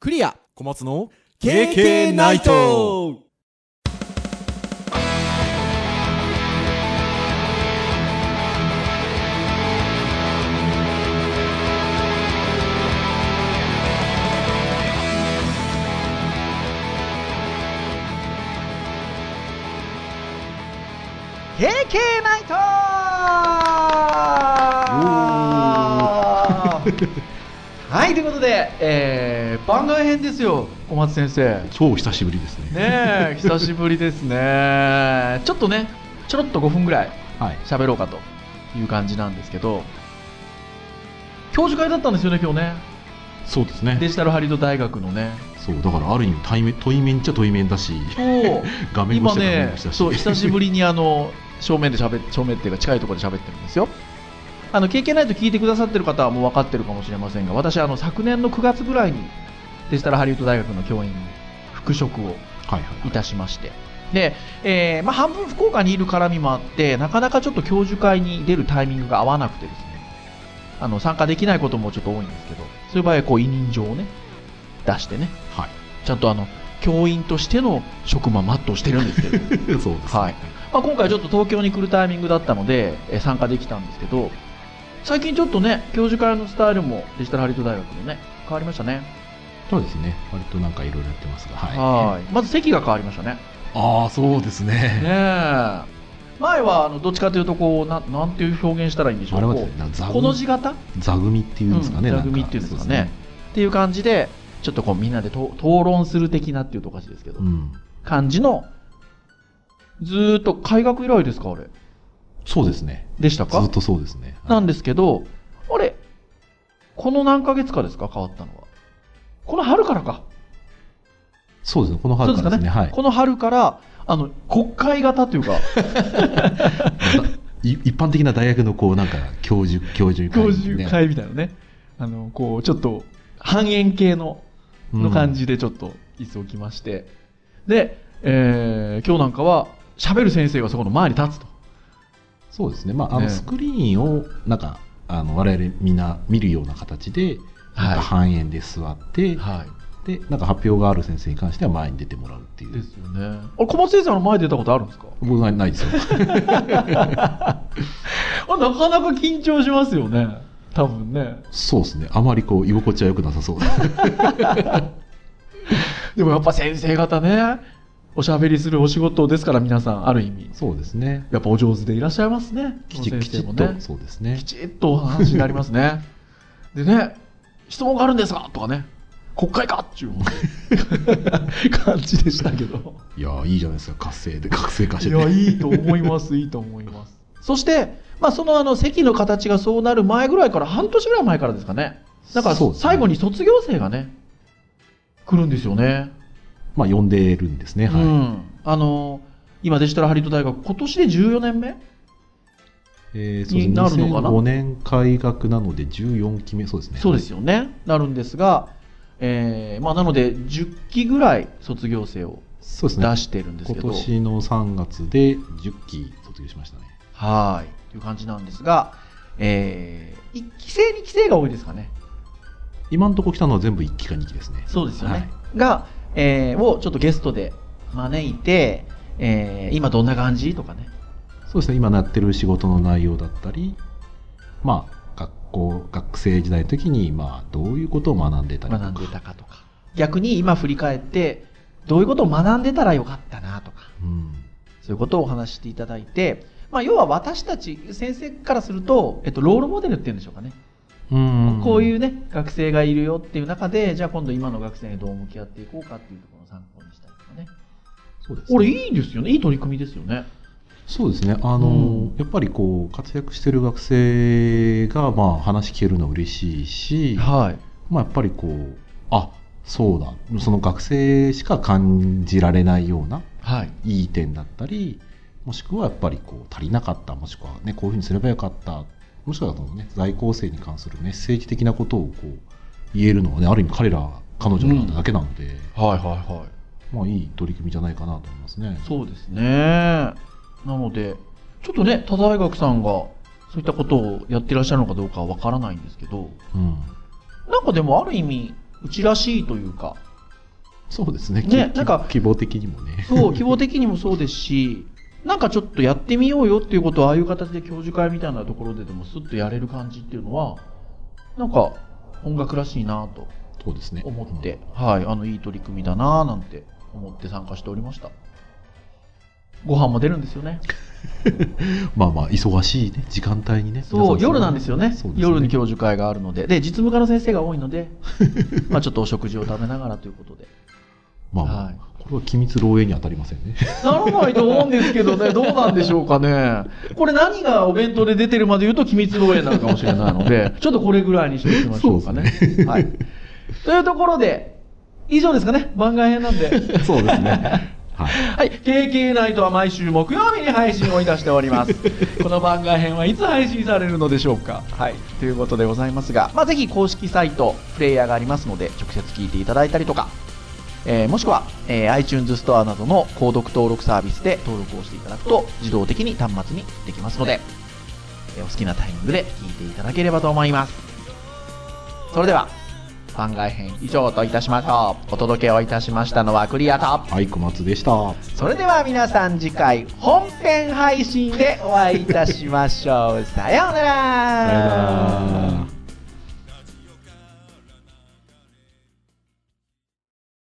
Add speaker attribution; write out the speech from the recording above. Speaker 1: クリア
Speaker 2: 小松の
Speaker 1: KK ナイト
Speaker 3: 「KK ナイト」はいということで、えー番外編ですよ小松先生ね
Speaker 4: 超久しぶりですね。
Speaker 3: え久しぶりですねちょっとねちょろっと5分ぐらい
Speaker 4: はい。
Speaker 3: 喋ろうかという感じなんですけど教授会だったんですよね今日ね
Speaker 4: そうですね。
Speaker 3: デジタルハリウッド大学のね
Speaker 4: そう、だからある意味対面、対面っちゃ対面だし、
Speaker 3: そう
Speaker 4: 画面越
Speaker 3: 今
Speaker 4: しちゃ画面
Speaker 3: ね
Speaker 4: 越しだし。
Speaker 3: そう久しぶりにあの正面で喋っ正面っていうか近いところで喋ってるんですよあの経験ないと聞いてくださってる方はもう分かってるかもしれませんが私あの昨年の9月ぐらいにデジタルハリウッド大学の教員に復職を
Speaker 4: はいはいはい
Speaker 3: いたしましてで、えーまあ、半分福岡にいる絡みもあってなかなかちょっと教授会に出るタイミングが合わなくてですねあの参加できないこともちょっと多いんですけどそういう場合はこう委任状をね出してね
Speaker 4: はい。
Speaker 3: ちゃんとあの教員としての職務は全うしてるんですけど
Speaker 4: そうです。
Speaker 3: はいまあ、今回ちょっと東京に来るタイミングだったので、えー参加できたんですけど最近ちょっとね教授会のスタイルもデジタルハリウッド大学のね変わりましたね
Speaker 4: そうですね。割となんかいろいろやってますが、はい。
Speaker 3: はいまず席が変わりましたねね
Speaker 4: ああ、そうです
Speaker 3: え
Speaker 4: ね。
Speaker 3: 前はあのどっちかというとこうななんていう表現したらいいんでしょ
Speaker 4: あ
Speaker 3: う
Speaker 4: れは
Speaker 3: こ
Speaker 4: ですね、
Speaker 3: う
Speaker 4: 座
Speaker 3: この
Speaker 4: 組
Speaker 3: 字型
Speaker 4: 座組っていうんですかね。
Speaker 3: うん
Speaker 4: なん
Speaker 3: 座組っていうんですかね
Speaker 4: そ
Speaker 3: っていう感じでちょっとこうみんなでと討論する的なっていうとおかしいですけど、
Speaker 4: うん。
Speaker 3: 感じのずーっと開学以来ですかあれ
Speaker 4: そうですね。
Speaker 3: でした
Speaker 4: ず
Speaker 3: か
Speaker 4: っとそうですね。
Speaker 3: なんですけど、あれ、この何ヶ月かですか、変わったのは。この春からか。
Speaker 4: そうですね。この春からですね。はい。
Speaker 3: この春から、あの、国会型というか、
Speaker 4: い一般的な大学のこう、なんか、教授、教授会
Speaker 3: 教
Speaker 4: ね
Speaker 3: 授会みたいなね。あの、こう、ちょっと、半円形の、の感。
Speaker 4: うん
Speaker 3: じでちょっと、椅子を置きまして。で、えー今日なんかは、喋る先生がそこの前に立つと。
Speaker 4: そうですね。まあ、あ
Speaker 3: ね
Speaker 4: の、スクリーンを、なんか、あの、我々みんな見るような形で、なんか半円で座って、
Speaker 3: はい。
Speaker 4: でなんか発表がある先生に関しては前に出てもらうってい
Speaker 3: で
Speaker 4: う
Speaker 3: すよね。あれ、小松先生の前に出たことあるんですか
Speaker 4: 僕ないない ですよ
Speaker 3: あなかなか緊張しますよね。多分ね。
Speaker 4: そうですねあまりこう居心地は良くなさ そうです
Speaker 3: でもやっぱ先生方ね、おしゃべりするお仕事ですから皆さん、ある意味。
Speaker 4: そうですね
Speaker 3: やっぱお上手でいらっしゃいますね。
Speaker 4: きち
Speaker 3: この
Speaker 4: き
Speaker 3: 先
Speaker 4: ち
Speaker 3: 生も
Speaker 4: っと、
Speaker 3: ね。
Speaker 4: そうですね
Speaker 3: きちっとお話になりますね。でね、質問があるんですがとかね、国会かっていう感じでしたけど。
Speaker 4: いやーいいじゃないですか活性で活性化して
Speaker 3: い
Speaker 4: て
Speaker 3: や、いいと思います、いいと思います。そして、まあ、そのあの席の形がそうなる前ぐらいから、半年ぐらい前からですかね。だから、
Speaker 4: そうですね
Speaker 3: 最後に卒業生がね、来るんですよね。
Speaker 4: まあ呼んでるんですねはい、
Speaker 3: うん、あの今デジタルハリウッド大学今年で14年目
Speaker 4: えーそうです
Speaker 3: に
Speaker 4: ね
Speaker 3: なるのかな
Speaker 4: 2005年開学なので14期目そうですね
Speaker 3: そうですよねなるんですが、えーまあ、なので10期ぐらい卒業生を
Speaker 4: そうですね
Speaker 3: 出してるんです
Speaker 4: 今
Speaker 3: けど、
Speaker 4: 年の3月で10期卒業しましたね
Speaker 3: はいという感じなんですが、えー、1期生2期生が多いですかね
Speaker 4: 今のところ来たのは全部1期か2期ですね
Speaker 3: そうですよ
Speaker 4: は
Speaker 3: ね
Speaker 4: い、
Speaker 3: が、えーをちょっとゲストで招いて、えー今どんな感じとかね
Speaker 4: そうですね今やってる仕事の内容だったりまあ学校学生時代の時にまあどういうことを学んでたりと
Speaker 3: 学
Speaker 4: か
Speaker 3: んでたかとか逆に今振り返ってどういうことを学んでたらよかったなとか
Speaker 4: うん、
Speaker 3: そういうことをお話ししていただいて、まあ、要は私たち先生からすると、えっと、ロールモデルっていうんでしょうかね、
Speaker 4: うん
Speaker 3: こういううね学生がいるよっていう中でじゃあ今度今の学生にどう向き合っていこうかっていうところを参考にしたりとかね
Speaker 4: そうですね
Speaker 3: これいいですよねいい取り組みですよね
Speaker 4: そうですねあの、
Speaker 3: うん
Speaker 4: やっぱりこう活躍してる学生がまあ話聞けるのは嬉しいし、
Speaker 3: はい
Speaker 4: まあ、やっぱりこうあそうだその学生しか感じられないような
Speaker 3: はい
Speaker 4: いい点だったりもしくはやっぱりこう足りなかったもしくは、ね、こういうふうにすればよかったもしくはその、ね、在校生に関するメッセージ的なことをこう言えるのは、ね、ある意味彼ら彼女なんだけなので、
Speaker 3: はいはいはい
Speaker 4: まあ、いい取り組みじゃないかなと思いますね。
Speaker 3: そうですねなのでちょっとね多大学さんがそういったことをやってらっしゃるのかどうかはわからないんですけど
Speaker 4: うん
Speaker 3: なんかでもある意味うちらしいというか、
Speaker 4: そうですね
Speaker 3: ね
Speaker 4: き
Speaker 3: なんか
Speaker 4: 希望的にもね
Speaker 3: そう、希望的にもそうですし、なんかちょっとやってみようよっていうことを、ああいう形で教授会みたいなところででも、スッとやれる感じっていうのは、なんか音楽らしいなと
Speaker 4: そうですね
Speaker 3: 思って、はい、あのいい取り組みだななんて思って参加しておりました。ご飯も出るんですよね。
Speaker 4: うんまあまあ忙しいね時間帯にね
Speaker 3: そう、夜なんですよね。
Speaker 4: そうですね
Speaker 3: 夜に教授会があるので。で、実務家の先生が多いの で、まあちょっとお食事を食べながらということで。
Speaker 4: まあ、まあ
Speaker 3: はい
Speaker 4: これは機密漏洩に当たりません ね
Speaker 3: ならないと思うんですけどね、どうなんでしょうかね。これ何がお弁当で出てるまで言うと、機密漏洩になるかもしれないので、ちょっとこれぐらいにしておきましょうかね。
Speaker 4: そうですね
Speaker 3: はい。というところで、以上ですかね。番外編なんで。
Speaker 4: そうですねはい
Speaker 3: はい。KK ナイトは毎週木曜日に配信をいたしており ます。この番外編はいつ配信されるのでしょうか。はい。ということでございますが、まあ、ぜひ公式サイト、プレイヤーがありますので、直接聞いていただいたりとか、えーもしくは、えー iTunes ストアなどの購読登録サービスで登録をしていただくと、自動的に端末にできますので、えーお好きなタイミングで聞いていただければと思います。それでは、番外編以上といたしましょう。お届けをいたしましたのはクリアと。
Speaker 4: はい小松でした
Speaker 3: それでは皆さん次回本編配信でお会いいたしましょう。さようなら。
Speaker 4: さようなら